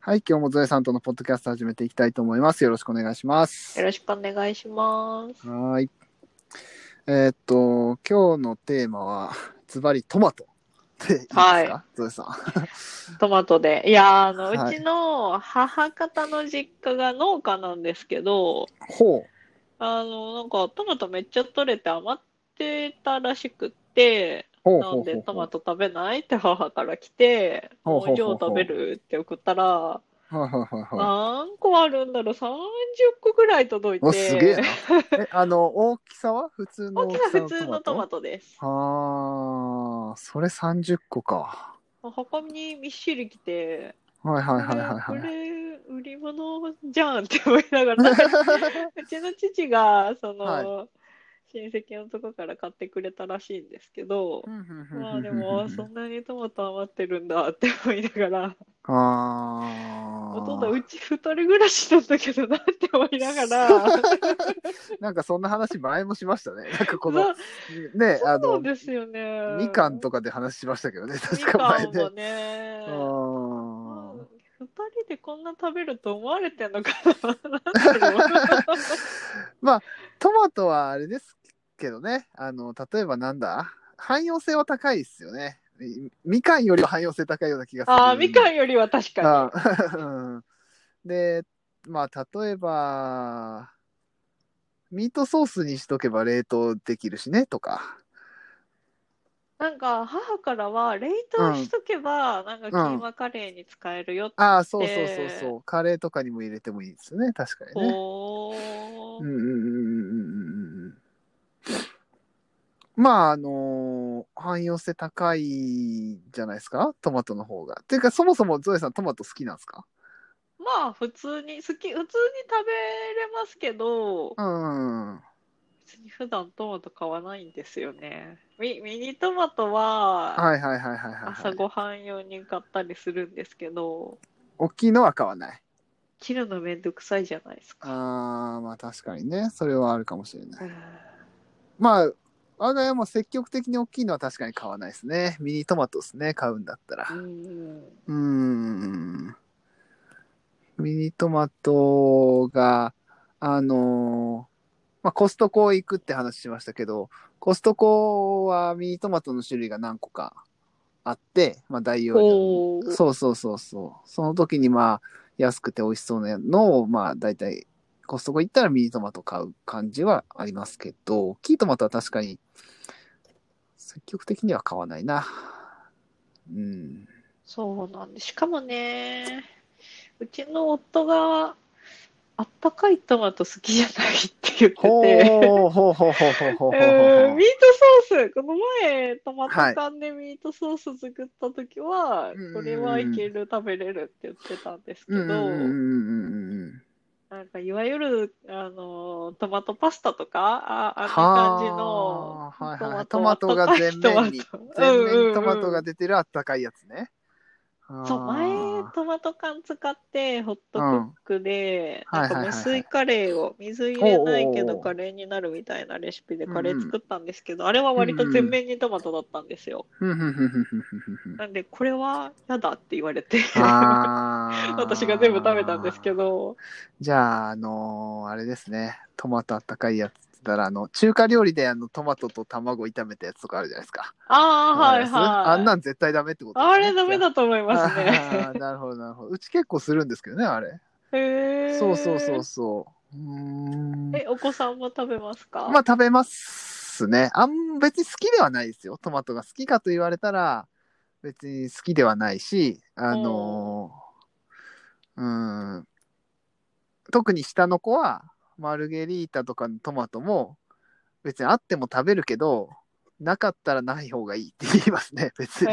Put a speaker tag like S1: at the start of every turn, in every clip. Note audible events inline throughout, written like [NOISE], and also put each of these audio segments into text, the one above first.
S1: はい、今日もゾエさんとのポッドキャスト始めていきたいと思います。よろしくお願いします。
S2: よろしくお願いします。
S1: はーい。えーっと、今日のテーマは、ズバリトマトっていいですか、
S2: は
S1: ゾエさん。
S2: トマトで。いやー、あの、
S1: はいう
S2: ちの母方の実家が農家なんですけど、
S1: ほ
S2: あの、なんかトマトめっちゃ取れて余ってたらしくって、
S1: う、ほう、
S2: な
S1: ほ
S2: ん
S1: うほ
S2: で
S1: う
S2: トマト食べないって母から来て、
S1: ほうほうほう
S2: 工場食べるって送ったら、
S1: はいはいはいはい。
S2: 何個あるんだろう ?30 個ぐらい届い
S1: お、
S2: て、
S1: すげえな。え、あの、大きさは普通の
S2: 大きさ普通のトマ
S1: ト
S2: トです。
S1: あー、それ30個か。
S2: 母にみっしり来て、
S1: はいはいはいはい
S2: こ
S1: はい。
S2: れ、これ売り物じゃんって思いなが
S1: [LAUGHS]
S2: ら、うちの父が、その、
S1: は
S2: 親戚のとこから買ってくれたらしいんですけど、まあで
S1: う
S2: も、
S1: ん
S2: そんなにトマト余ってるんだって思いながら、
S1: あー
S2: ほとんどうち二人暮らしなんだけどなって思いながら、
S1: なんかそんな話前もしましたね。なんかこ
S2: そ
S1: の
S2: う、
S1: ね、あ
S2: そ
S1: の
S2: う、ですよね。
S1: みかんとかで話しましたけどね、
S2: み
S1: 確か
S2: か
S1: 前
S2: んも
S1: ね。
S2: ね
S1: あ。ー
S2: 二人でこんな食べると思われてんのかな
S1: [LAUGHS]
S2: なんて思う
S1: トマトはあれですけどね、あの、例えばなんだ汎用性は高いですよね。みみかんよりは汎用性高いような気がする。
S2: ああ、みかんよりは確かに。
S1: あーうんで、まあ、例えば、ミートソースにしとけば冷凍できるしね、とか。
S2: なんか母からは冷凍しとけばなんかキーマカレーに使えるよって、
S1: ああ、そうそうそうそう。カレーとかにも入れてもいいですね、確かにね。
S2: こ
S1: うう
S2: うん
S1: んうんうんうんうんまああのー汎用性高いじゃないですかトマトの方が。っていうかそもそもゾエさんトマト好きなんですか
S2: まあ普通に好き普通に食べれますけど
S1: うん。
S2: 別に普段トマト買わないんですよねミミニトマトは
S1: はいはいはいはいはい、は
S2: 朝
S1: い。
S2: ごはん用に買ったりするんですけど
S1: 大きいのは買わない。
S2: 切るのめんどくさいじゃないですか
S1: あーまあ確かにね。それはあるかもしれな
S2: う
S1: い。
S2: ん
S1: まあ、我が家も積極的に大きいのは確かに買わないですね。ミニトマトですね、買うんだったら。
S2: うん
S1: うーん。ミニトマトが、あのーまあ、コストコ行くって話しましたけど、コストコはミニトマトの種類が何個かあって、まあ、大容量
S2: お
S1: の。
S2: ー
S1: そうそうそうそう。その時にまあ、安くて美味しそうなのを、まあ、大体、コストコ行ったらミニトマト買う感じはありますけど、大きいトマトは確かに、積極的には買わないな。うん。
S2: そうなんです。しかもね、うちの夫があったかいトマト好きじゃないって言って
S1: ほ
S2: て、
S1: うほうほうほうほうほうほうほう。
S2: うんミートソース、この前トマト缶でミートソース作った時は、
S1: うん
S2: これはいける、食べれるって言ってたんですけ
S1: うんう
S2: ど、
S1: んうんうん
S2: なんかいわゆるあのトマトパスタとか、ああんな感じの
S1: はあはいはいトマトが
S2: あったかい
S1: 全面に
S2: トマト
S1: 全面
S2: うんうんう
S1: に
S2: ん
S1: トマトが出てるあったかいやつね。
S2: そう、前
S1: あ、
S2: トマト缶使って、ホットクックで、
S1: うん
S2: なんか
S1: はいはいはいはい
S2: 無水カレーを、水入れないけ
S1: おうおうお
S2: ど
S1: う
S2: カレーになるみたいなレシピで
S1: うんうん
S2: カレー作ったんですけど、あれは割と全面にトマトだったんですよ。
S1: ーふんふんふんふんふんふんふ
S2: [LAUGHS]
S1: ん
S2: なんで、これは嫌だって言われて、
S1: あー
S2: [LAUGHS] 私が全部食べたんですけど、
S1: じゃあ、あのーあれですね。トマトあったかいやつって言ったら、あの、中華料理であの、トマトと卵炒めたやつとかあるじゃないですか。
S2: ああ、はいはい。
S1: あんなん絶対ダメってことですね
S2: あれダメだと思いますね。
S1: あーなるほど、なるほど。うち結構するんですけどね、あれ。
S2: へー
S1: そうそうそうそう。うーん。
S2: え、お子さんも食べますか
S1: まあ食べますね。あん、別に好きではないですよ。トマトが好きかと言われたら、別に好きではないし、あのーうん。特に下の子は、マルゲリータとかのトマトも、別にあっても食べるけど、なかったらない方がいいって言いますね、別に。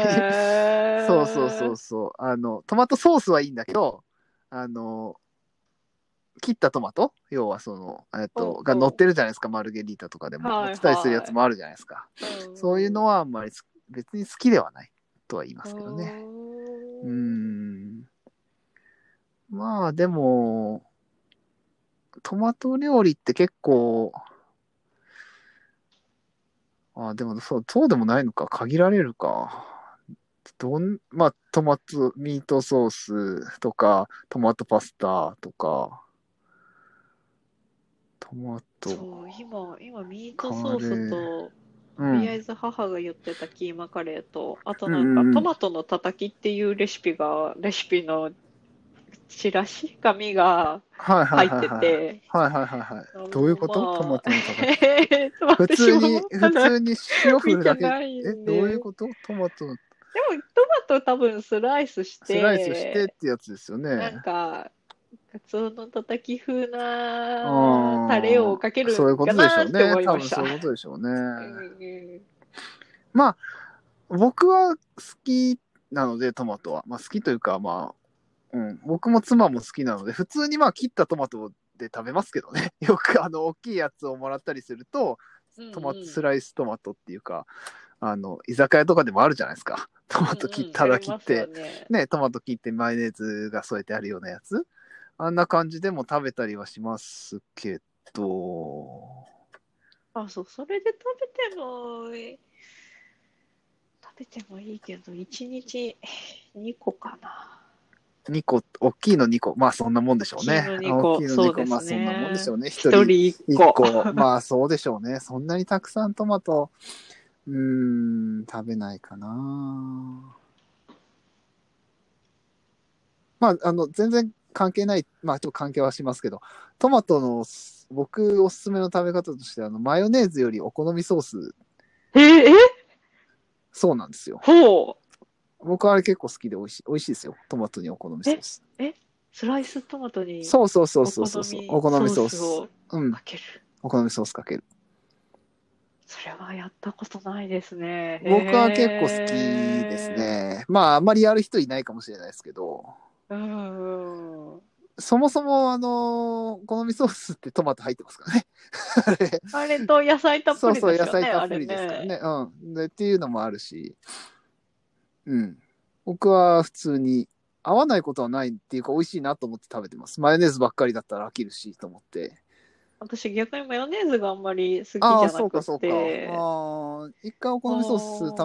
S1: [LAUGHS]
S2: へー
S1: そうそうそうそう。あの、トマトソースはいいんだけど、あの、切ったトマト要はその、えっ
S2: うんう
S1: と、
S2: ん
S1: が乗ってるじゃないですか、マルゲリータとかでも。
S2: はい
S1: 乗ってたりするやつもあるじゃないですか。
S2: ん
S1: そういうのはあんまりす別に好きではないとは言いますけどね。う
S2: うー
S1: ー
S2: ん。
S1: ん。まあでも、トマト料理って結構、あでもそう、そうでもないのか、限られるか。どん、まあ、トマト、ミートソースとか、トマトパスタとか、トマ
S2: そ
S1: ト、
S2: う、今、今、ミートソースと、
S1: う
S2: とりあ
S1: ん。
S2: えず母が言ってたキーマカレーと、あと
S1: うんう
S2: なん
S1: うん
S2: んか、トマトのたたきっていうレシピが、レシピのチラシ紙が
S1: はいは
S2: 入
S1: いはい、
S2: って
S1: はい。
S2: て、
S1: はいはいはいはい。どういうこと、
S2: まあ
S1: トマトのたたき。
S2: [LAUGHS] えー
S1: 普通に、
S2: 私も
S1: 普通に塩振るだ
S2: [LAUGHS] 見て
S1: け。
S2: ないんで
S1: え、どういうことトマトの
S2: でもトマト多分スライスして
S1: スライスしてってやつですよ
S2: な
S1: ね
S2: ん。かカツオのたたき風
S1: うん
S2: なタレをかける
S1: そういうこ
S2: か
S1: とでしょ
S2: な
S1: う
S2: って思
S1: ね。
S2: い
S1: 多
S2: ま
S1: 分
S2: した
S1: そういうことでしょう
S2: うん
S1: ね。
S2: うん
S1: まあ、僕は好きなので、トマトは。まあ、好きというか、まあ、うん、僕も妻も好きなので、普通にまあ、切ったトマトで食べますけどね。 [LAUGHS] よく、あの、大きいやつをもらったりすると、トマ
S2: うんう
S1: ト、
S2: ん
S1: スライストマトっていうか、あの、居酒屋とかでもあるじゃないですか。トマト切っただ切って、
S2: うんうんありますよね
S1: ね、トマト切ってマヨネーズが添えてあるようなやつ。あんな感じでも食べたりはしますけど、
S2: あそうそれで食べてもいい食べてもいいけど1日2個かな
S1: 2個、大きいの2個、まあそんなもんでしょうね。
S2: 大きいの2個
S1: 大きいの
S2: そ
S1: 2
S2: うです
S1: ま
S2: ね
S1: あそんなもんでしょうね。1人
S2: 1人1
S1: 1
S2: 個
S1: 個、 [LAUGHS] まあそうでしょうね。そんなにたくさんトマト、うーん、食べないかな。まあ、あの、全然関係ない、まあちょっと関係はしますけど、トマトのす僕おすすめの食べ方として、あの、マヨネーズよりお好みソース、
S2: ええ
S1: そうなんですよ。
S2: ほう
S1: 僕はあれ結構好きで美味しい、美味しいですよ。トマトにお好みソース。
S2: スライストマトに
S1: そうそうそう
S2: お
S1: そうそう
S2: 好み
S1: お好みソー
S2: ソ
S1: ス。
S2: を
S1: うん。
S2: かける
S1: お好みソースかける。
S2: それはやったことないですね。
S1: 僕は結構好きです
S2: へ
S1: ね。まあ、あんまりやる人いないかもしれないですけど、
S2: ー。うんうん。
S1: そもそも、あのー、好みソースってトマト入ってますからね。 [LAUGHS] あれ
S2: あれと野菜たっ
S1: そ
S2: ぷ
S1: う
S2: りです
S1: そう、
S2: よね。
S1: 野菜たっぷりですか
S2: あ
S1: ら
S2: れ
S1: ね。うんで。っていうのもあるし、うん。僕は普通に、合わないことはないっていうか、美味しいなと思って食べてます。マヨネーズばっかりだったら飽きるし、と思って。
S2: 私逆にマヨネーズがあんまり好きじゃ
S1: ああ、
S2: な
S1: そうか、そ
S2: く
S1: うか。あ
S2: て、
S1: ー一回お好みソー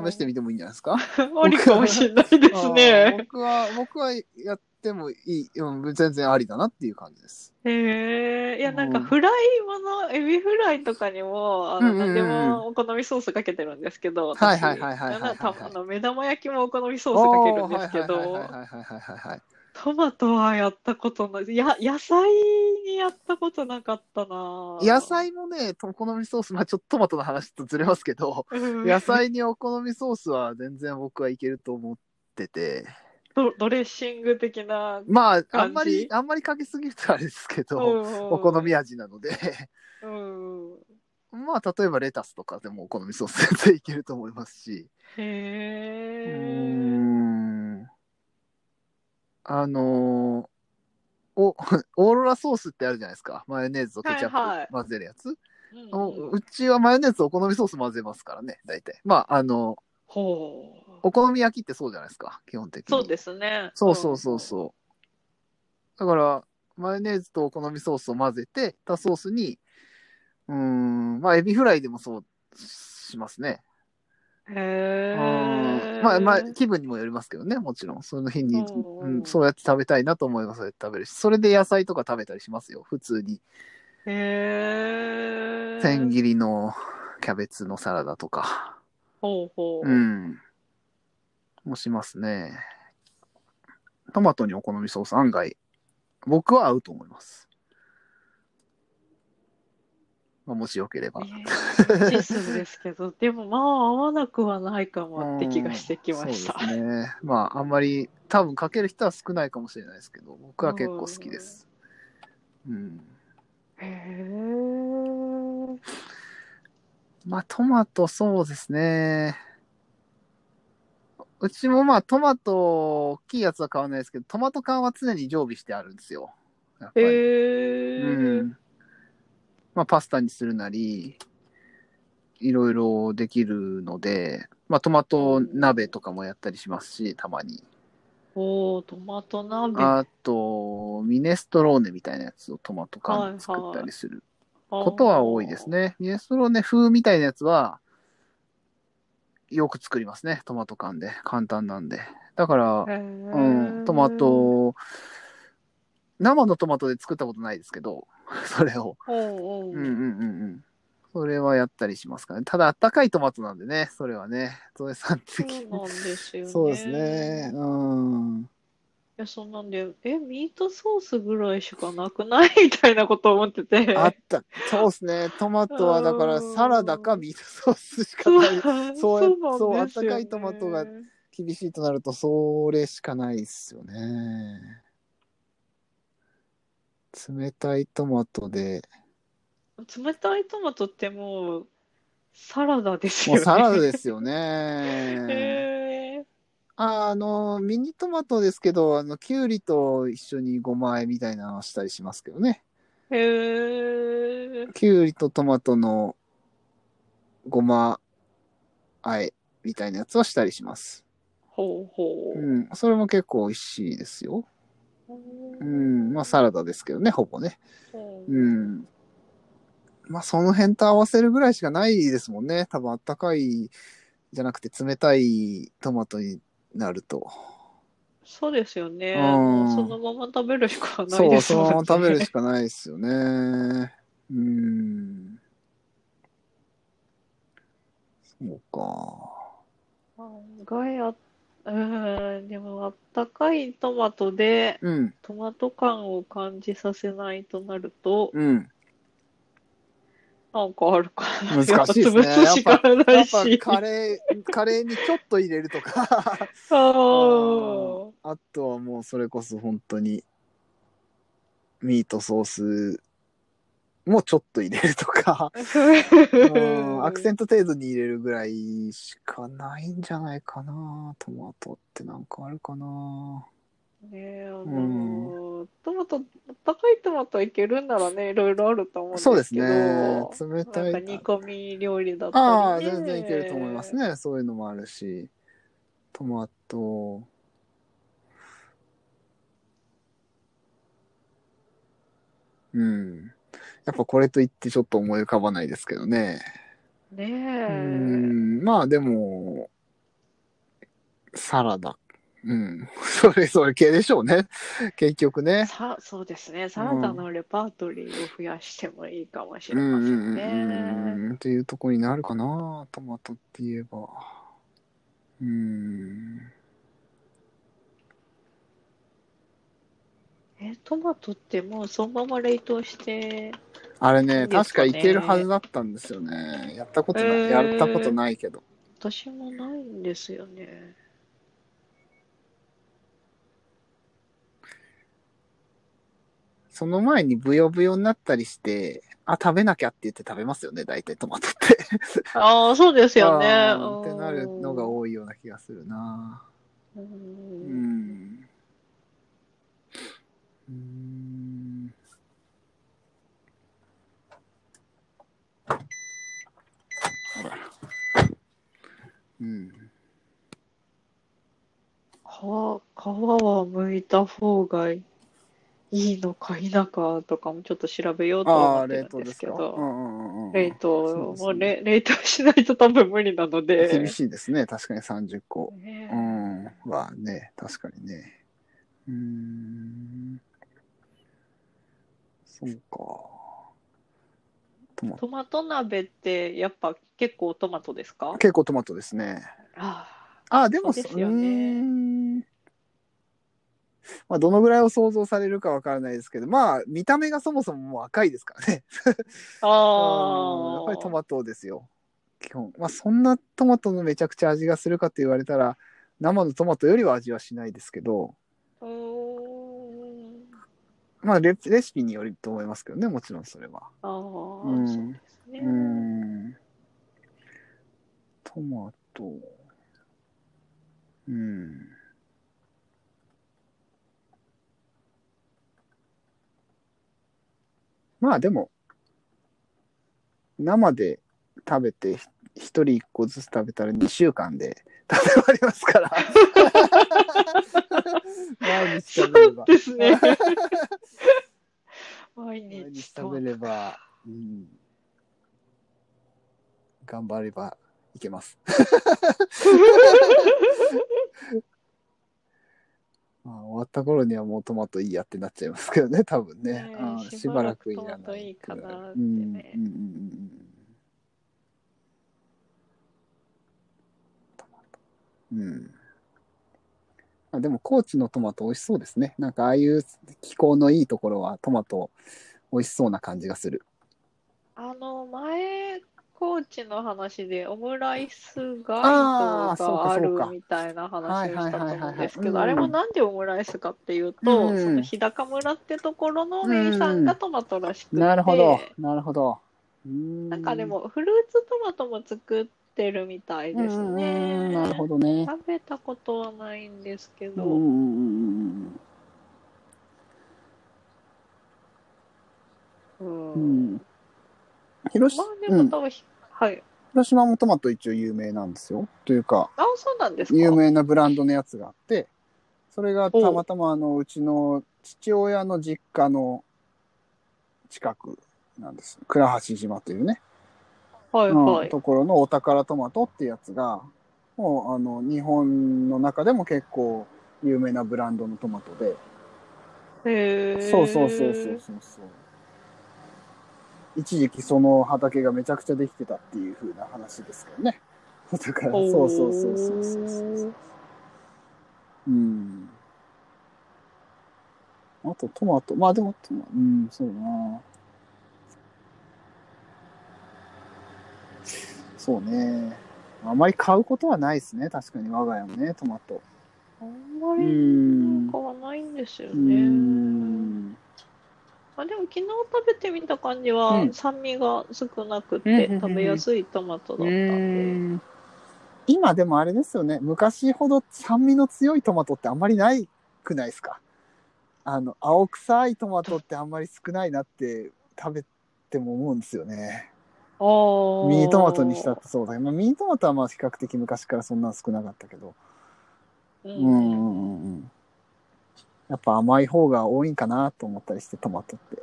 S1: ス試してみてもいいんじゃないですか [LAUGHS]
S2: ありかもしれないです
S1: あー
S2: ね。
S1: 僕は、僕はやってもいい、うん、全然ありだなっていう感じです。
S2: [LAUGHS] へえ。いやなんか
S1: うん
S2: フライもの、エビフライとかにも、あ
S1: う
S2: の
S1: んうんうん
S2: 何でもお好みソースかけてるんですけど、
S1: はい
S2: 私
S1: はいはいはいはいはい
S2: なんならたあの目玉焼きもお好みソースかけるんですけ
S1: おー
S2: ど
S1: はい、はいはいはいはいはいはい。
S2: トマトはやったことない。や、野菜にやったことなかったな。
S1: 野菜もね、お好みソース、まあちょっとトマトの話とずれますけど、
S2: うん
S1: 野菜にお好みソースは全然僕はいけると思ってて、
S2: ド、ドレッシング的な。
S1: まあ、
S2: じ
S1: あんまり、あんまりかけすぎるとあれですけど、お
S2: お
S1: 好み味なので、 [LAUGHS]
S2: うんうん。
S1: まあ例えばレタスとかでもお好みソース全然いけると思いますし、うー
S2: へえ。
S1: んあのーお [LAUGHS] オーロラソースってあるじゃないですかマヨネーズとケチャ
S2: はい
S1: ッ
S2: はい
S1: プ混ぜるやつ、
S2: うん
S1: う
S2: うん
S1: うちはマヨネーズとお好みソース混ぜますからね大体まああの
S2: ほう。
S1: お好み焼きってそうじゃないですか基本的に
S2: そうですね。
S1: そうそうそうそうだからマヨネーズとお好みソースを混ぜてたソースにうーんまあエビフライでもそうしますね
S2: うん。
S1: う
S2: へえ。
S1: んまあまあ気分にもよりますけどねもちろんその日に、
S2: うん
S1: うんそうやって食べたいなと思えばそうやって食べるしそれで野菜とか食べたりしますよ普通に
S2: へえ。
S1: 千切りのキャベツのサラダとか
S2: ほうほう。
S1: うんもしますねトマトにお好みソース案外僕は合うと思います、まあ、もしよければ
S2: いやシスムですけど、 [LAUGHS] でもまあ合わなくはないかもって気がしてきました。
S1: そうですね。まあ、あんまり、多分かける人は少ないかもしれないですけど、僕は結構好きです。うん。
S2: へえ。
S1: まあ、トマト、そうですね。うちもまあ、トマト、大きいやつは買わないですけど、トマト缶は常に常備してあるんですよ。やっぱり。
S2: へえ。
S1: うん。まあ、パスタにするなり、いろいろできるので、まあ、トマト鍋とかもやったりしますし、たまに。
S2: おートマト鍋。あ
S1: あと、ミネストローネみたいなやつをトマト缶で作ったりする
S2: ー
S1: ことは多いです。ね。ミネストローネ風みたいなやつは、よく作りますね。トマト缶で。簡単なんで。だから、う、
S2: うん
S1: トマ。ト、生のトマトで作ったことないですけど、 [LAUGHS] それを。
S2: おうおう
S1: うんうんうんうん。それはやったりしますかね。ただ、あったかいトマトなんでね、それはね。ゾエさん
S2: そう
S1: 的に。
S2: なんですよね。
S1: そうですね。。うん。
S2: いや、そうなんだよ。え、ミートソースぐらいしかなくない [LAUGHS] みたいなこと思ってて。
S1: あ
S2: [LAUGHS]
S1: った。そうですね。トマトはだから
S2: うん
S1: サラダかミートソースしか
S2: そう
S1: ない。そうや
S2: なん
S1: そう
S2: ですよね
S1: あったかいトマトが厳しいとなると、それしかないっすよね。冷たいトマト
S2: [LAUGHS]
S1: で、
S2: 冷たいトマトってもう、サラダです
S1: も
S2: よ
S1: う
S2: ね。
S1: サラダです
S2: [LAUGHS]
S1: よね。
S2: へー
S1: ああの、ミニトマトですけど、あの、キュウリと一緒にごま和えみたいなのをしたりしますけどね。
S2: へー
S1: キュウリとトマトのごま和えみたいなやつはしたりします。
S2: ほうほう。
S1: うん、それも結構美味しいですよ。
S2: う
S1: うん、まあサラダですけどね、ほぼね。
S2: うん
S1: うん。まあその辺と合わせるぐらいしかないですもんね。多分あったかいじゃなくて冷たいトマトになると。
S2: そうですよね。
S1: うん
S2: もうそのまま食べるしかない
S1: そう、
S2: です
S1: その
S2: もんね。
S1: まま食べるしかないですよね。うん。そうか。
S2: 案外あ、うん、でもあったかいトマトで
S1: うん、
S2: トマト感を感じさせないとなると、
S1: うん。
S2: なんかあるかな。
S1: 難しいですね
S2: やっぱしかな
S1: や
S2: い
S1: っぱ
S2: し。
S1: カレー、カレーにちょっと入れるとか。
S2: そう
S1: あとはもうそれこそ本当にミートソースもちょっと入れるとか、うんアクセント程度に入れるぐらいしかないんじゃないかなトマトってなんかあるかな
S2: ねえあのトマト、あったかいトマトいけるんならね、いろいろあると思うんです
S1: そうです
S2: けど、
S1: ね冷た
S2: なん
S1: い
S2: か煮込み料理だったりね。
S1: ああ全然いけると思います。ねそういうのもあるしトマトうんやっぱこれといってちょっと思い浮かばないですけどね
S2: ね
S1: うー
S2: え。
S1: んまあでも、サラダ。うん。 [LAUGHS] それそれ系でしょうね。結局ね。
S2: さそうですね、サラダのレパートリーを増やしてもいいかもし
S1: う
S2: れ
S1: ん
S2: ま
S1: う
S2: せん
S1: んうん
S2: ね。
S1: うん。っていうとこになるかな。トマトって言えば。うーん。
S2: え、トマトってもうそのまま冷凍して、
S1: あれね
S2: いいで
S1: 確
S2: すか
S1: か
S2: ね
S1: いけるはずだったんですよね。やったことない。
S2: えー
S1: やったことないけど。
S2: 私もないんですよね。
S1: その前にブヨブヨになったりして、あ、食べなきゃって言って食べますよね。大体トマトって。
S2: ああ、そうですよ
S1: [LAUGHS]
S2: ね。
S1: あ
S2: う
S1: ー
S2: ん
S1: ってなるのが多いような気がするな。
S2: う
S1: うんんうーんほらうん、
S2: 皮、皮は剥いた方がいいのか否かとかもちょっと調べようと
S1: あ
S2: 思
S1: あ
S2: って
S1: 冷
S2: るん
S1: 凍
S2: で
S1: ですす
S2: け
S1: か、う
S2: ど、
S1: んうんうんうん、
S2: 冷
S1: そうで
S2: 凍、
S1: すね
S2: もうれ [LAUGHS] 冷凍しないと多分無理なの
S1: [LAUGHS]
S2: で、
S1: 厳しいですね確かに30個、
S2: ね
S1: うん、はね確かにねうーんそうかトマト
S2: トマト鍋ってやっぱ結構トマトですか
S1: 結構トマトですね
S2: あ
S1: あ、でも
S2: そうです
S1: う
S2: よね
S1: ーんまあ、どのぐらいを想像されるかわからないですけど、まあ、見た目がそもそももう赤いですからね。
S2: あ
S1: うんやっ
S2: あ
S1: ぱりトマトですよ。基本。まあ、そんなトマトのめちゃくちゃ味がするかって言われたら、生のトマトよりは味はしないですけど、
S2: うーん
S1: まあレ、レシピによると思いますけどね、もちろんそれは。
S2: ああ、
S1: うん
S2: そうですね
S1: うー。ん。トマト。うん。まあでも、生で食べて、ひ一人一個ずつ食べたら2週間で食べ終わりますから。毎日食べれば。
S2: で
S1: [LAUGHS]
S2: すね。
S1: 毎
S2: 毎日
S1: 日
S2: [LAUGHS]
S1: 食べれば、うん、頑張ればいけます。まあ、終わった頃にはもうトマトいいやってなっちゃいますけどね、多分ね。
S2: ねえ
S1: ああ
S2: し
S1: し
S2: ば
S1: ば
S2: ら
S1: ら
S2: く
S1: くい
S2: トマ
S1: ら
S2: ト
S1: ないい
S2: いかなっ
S1: うんう
S2: て
S1: んうん
S2: ね
S1: うんうんトマトうん。あでも、高知のトマト美味しそうですね。なんか、ああいう気候のいいところはトマト美味しそうな感じがする。
S2: あの前コーチの話でオムライス
S1: あー
S2: 街灯
S1: そう
S2: が
S1: か
S2: あ
S1: そ
S2: る
S1: うか
S2: みたいな話をしたと思うんですけど
S1: は
S2: あ
S1: いはいはいはいはいう
S2: れ
S1: ん
S2: もなんでオムライスかっていうと、
S1: うん
S2: その日高村ってところの名産がトマトらしくて、
S1: なるほど、なるほど。うーん
S2: なんかで、もフルーツトマトも作ってるみたいです
S1: うんうんうん
S2: ね
S1: なるほどね。
S2: 食べたことはないんですけ
S1: う
S2: ど、
S1: んうんうん
S2: う
S1: うんうんん。広
S2: ま
S1: 島、
S2: あで
S1: う
S2: も
S1: ん
S2: 多分、はい
S1: 広島もトマト一応有名なんですよ。というか、
S2: あそうなんですか
S1: 有名なブランドのやつがあって、それがたまたまあのうちの父親の実家の近くなんです。倉橋島というね、
S2: はいは
S1: うん
S2: い、
S1: ところのお宝トマトってやつが、もうあの日本の中でも結構有名なブランドのトマトで、
S2: へえ
S1: そうそうそうそうそうそう。一時期その畑がめちゃくちゃできてたっていう風な話ですけどね。だから、そうそうそうそうそうそう。うん。あとトマト。まあでもトマ、うん、そうだな。そうね。あまり買うことはないですね。確かに我が家もね、トマト。
S2: あんま
S1: う
S2: り
S1: ん。
S2: 買わないんですよ
S1: う
S2: ね。
S1: ん。
S2: あでも昨日食べてみた感じは、
S1: うん
S2: 酸味が少なく
S1: うんうん
S2: て、
S1: うんうん
S2: 食べやすいトマトだったんで、
S1: 今でもあれですよね昔ほど酸味の強いトマトってあんまりないくないですかあの青臭いトマトってあんまり少ないなって食べても思うんですよね
S2: あー
S1: ミニトマトにしたってそうだけど、まあ、ミニトマトはまあ比較的昔からそんな少なかったけど
S2: う、
S1: うんうんんうんうんやっぱ甘い方が多いんかなと思ったりしてトマトって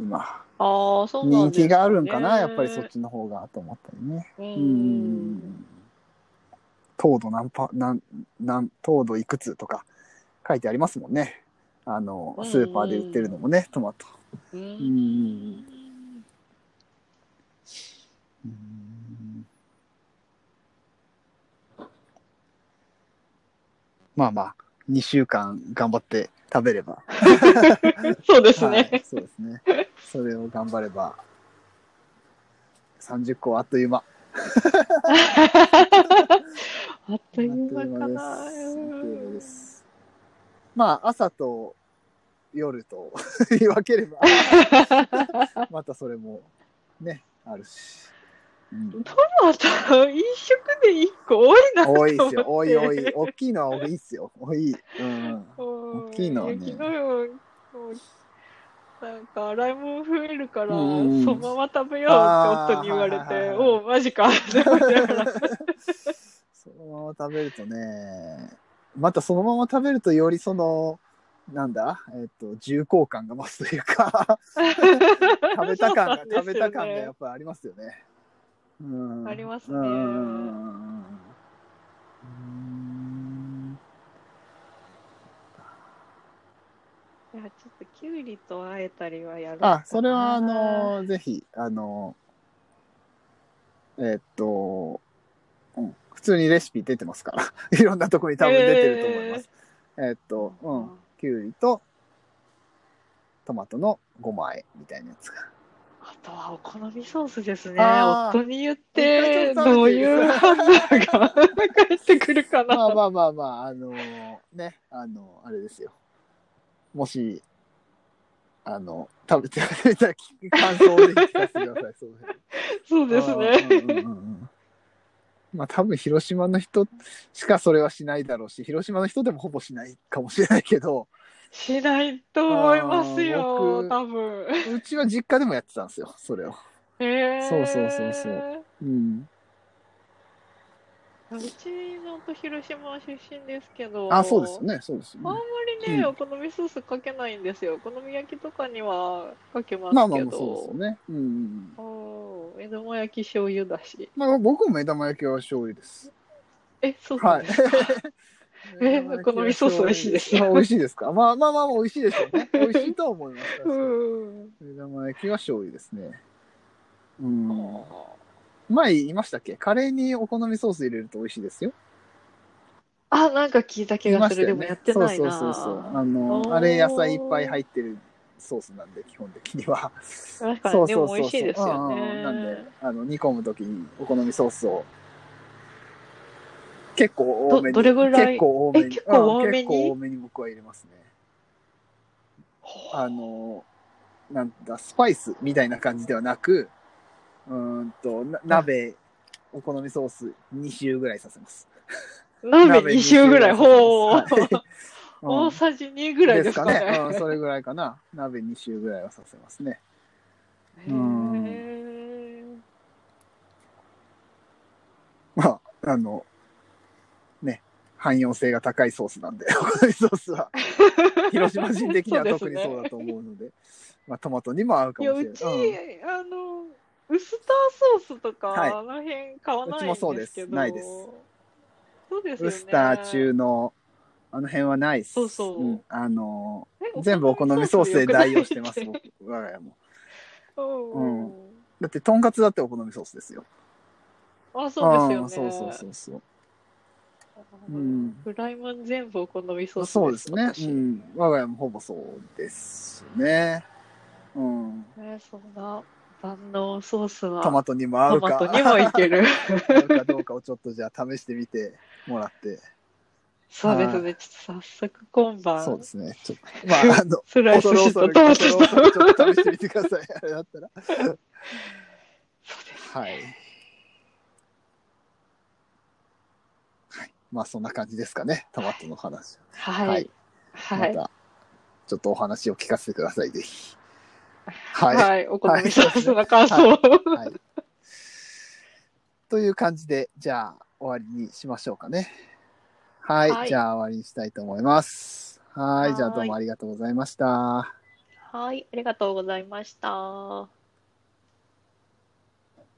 S1: 今
S2: ああそうな
S1: 人
S2: んです
S1: 気
S2: ね
S1: があるんかなやっぱりそっちの方がと思ったりね
S2: う
S1: うんん糖度何パ何何糖度いくつとか書いてありますもんねあの
S2: うんうん
S1: スーパーで売ってるのもねトマト
S2: う
S1: うんんまあまあ2週間頑張って食べれば
S2: [LAUGHS] そうですね、
S1: はい、そうですねそれを頑張れば30個はあっという間
S2: あっという間か
S1: あ
S2: な
S1: っという間
S2: うん
S1: ですまあ朝と夜と [LAUGHS] 言い分けれ
S2: [LAUGHS]
S1: ばまたそれもねあるし、うん、
S2: トマト一食で一個多いなと思
S1: 多
S2: って
S1: いですよ多い多い大きいのは多いですよ多い、うん、
S2: 大
S1: 大きいのはね
S2: 昨日ももうなんか洗い物増えるから、
S1: うんうん
S2: そのまま食べようって夫に言われ
S1: あーはいはい
S2: て、
S1: はい
S2: おお、マジかって思いながら
S1: [LAUGHS] そのまま食べるとねまたそのまま食べるとよりそのなんだえっ、と重厚感が増すという
S2: [LAUGHS]
S1: か食べた感が、
S2: そうなんですよね
S1: 食べた感がやっぱありますよねうん
S2: ありますね
S1: うんうんうんうん
S2: いやちょっときゅうりとあえたりはやる
S1: あそれはあのぜひあのえっと、うん、普通にレシピ出てますから [LAUGHS] いろんなとこに多分出てると思います、えっとうんきゅうりとトマトのごま和えみたいなやつ [LAUGHS] が
S2: あとはお好みソースですね
S1: あー
S2: 夫に言って
S1: 一回ちょっと
S2: どう
S1: 食べて
S2: い
S1: みる
S2: う判断が返ってくるかな、
S1: まあまあまあまああのねあのあれですよもしあの食べてみたら感想をぜひ聞かせてくださいそうです
S2: そうですね
S1: あー。うんうんうんうんまあ多分広島の人しかそれはしないだろうし広島の人でもほぼしないかもしれないけど
S2: [LAUGHS] しないと思います
S1: あ
S2: よ
S1: ー僕
S2: 多分
S1: うちは実家でもやってたんですよそれを。
S2: えー
S1: そうそうそうそううん、
S2: うちのと広島出身ですけど、
S1: あそうですよねそうです
S2: あん
S1: よ
S2: ま
S1: ね。
S2: りね、
S1: うん
S2: お好みソースかけないんですよ。お好み焼きとかにはかけますけど。
S1: まあまあまあそうですよね。うんうんうん
S2: おー目玉焼き醤油だし。
S1: まあ、僕も目玉焼きは醤油です。
S2: え、そうな
S1: は
S2: ん [LAUGHS]
S1: い
S2: ですか。。
S1: 目玉焼きは
S2: お好みソース美味しいですよ
S1: あ美味しいですか。まあまあまあ、美味しいでしょうね。美味しいとは思います。
S2: うーん。
S1: 目玉焼きは醤油ですね。うん。
S2: あ
S1: 前言いましたっけカレーにお好みソース入れると美味しいですよ。
S2: あ、なんか聞いた気
S1: 言い
S2: が
S1: ますしたよ
S2: る。でも
S1: ね
S2: やってないな。
S1: そうそうそうそう。あ
S2: お
S1: の、
S2: ー
S1: あれ野菜いっぱい入ってるソースなんで、基本的には。
S2: 確か
S1: そ
S2: に、
S1: う
S2: で
S1: そうそう
S2: も
S1: そう
S2: 美味しいですよ
S1: うんうん
S2: ね。
S1: なんで、あの、煮込むときにお好みソースを結構多めに。
S2: どどれぐら
S1: 結
S2: い
S1: 構多めに。
S2: え結構
S1: う
S2: 多めに
S1: ん結構多めに僕は入れますね。あの、なんだ、スパイスみたいな感じではなく、うーんと、な鍋、お好みソース2周ぐらいさせます。
S2: 鍋2周ぐらい。ほう。
S1: はいうん
S2: [LAUGHS] 大さじ2ぐらいですかね。
S1: うん、それぐらいかな。鍋2周ぐらいはさせますね。
S2: へー
S1: まあ、あの、ね、汎用性が高いソースなんで、 [LAUGHS] お好みソースは、広島人的には特にそうだと思うので、まあ、トマトにも合うか
S2: い
S1: も
S2: や、
S1: し
S2: う
S1: れ
S2: ち、
S1: ない。うん
S2: あの、ウスターソースとか、
S1: はい
S2: あの辺買わな
S1: う
S2: いんですけど。
S1: ちもそうですないです
S2: そうですよ
S1: ウ
S2: ね。
S1: スター中の、あの辺はないっす。
S2: そうそう
S1: うんあの、
S2: え
S1: 全部お好みソースで代用してます、
S2: お好みソース
S1: 僕、我が家も。
S2: でよくないうん
S1: だって、とんかつだってお好みソースですよ。
S2: あ、そうですよ
S1: ん
S2: ね。
S1: そうそうそうそう。うん
S2: フライマン全部お好みソース
S1: そうですね。
S2: 私
S1: うん。我が家もほぼそうですね。うん。
S2: ねそんな万能ソースは
S1: トマトにも合うか。
S2: トマトにも
S1: [LAUGHS]
S2: いける。
S1: 合うかどうかをちょっとじゃあ試してみてもらって。
S2: そうですね。ちょっと早速今晩、
S1: そうですね。ちょっと。ま [LAUGHS] あ、あの、
S2: スライス
S1: 恐る
S2: シ
S1: 恐
S2: ート
S1: る、
S2: ト
S1: 恐
S2: マト
S1: る恐るちょっと試してみてください。 [LAUGHS] あれだったら。はい。はい。まあ、そんな感じですかね。トマトの話。
S2: は
S1: はいい。
S2: は
S1: ま
S2: い。
S1: た、ちょっとお話を聞かせてください、ぜひ。はい。は
S2: はい。お好みソースの感想を。
S1: い。という感じで、じゃあ、終わりにしましょうかね。はい。
S2: はい
S1: じゃあ、終わりにしたいと思います。はい。じゃあ、
S2: はい
S1: どうもありがとうございました。
S2: はい。ありがとうございました。